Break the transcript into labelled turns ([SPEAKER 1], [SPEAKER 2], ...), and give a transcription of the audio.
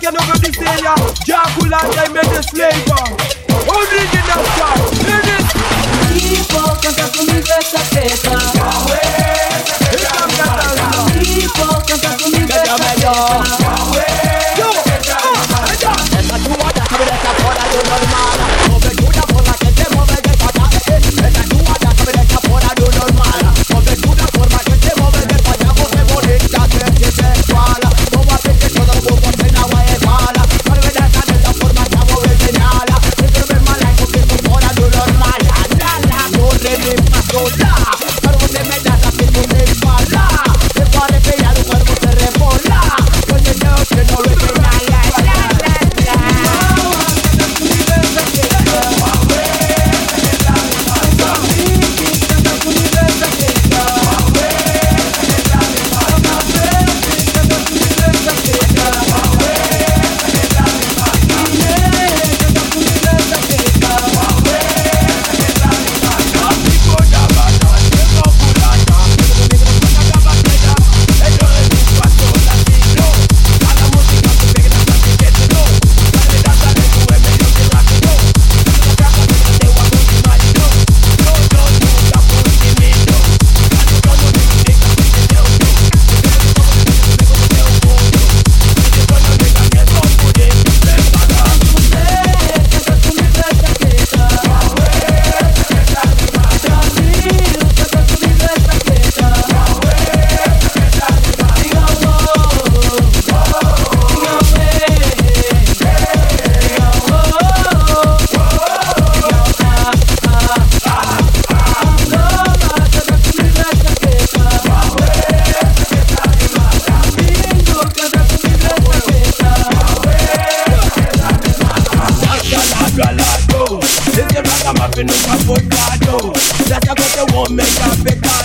[SPEAKER 1] say ya Dracula I made the flavor Original star Hear this
[SPEAKER 2] Tipo, canta comigo essa festa.
[SPEAKER 1] It's a Catalina
[SPEAKER 2] Tipo, canta comigo essa festa.
[SPEAKER 1] Yo Ah, and that.
[SPEAKER 3] If you rock a muffin up a foot card, That's a good woman, you're better.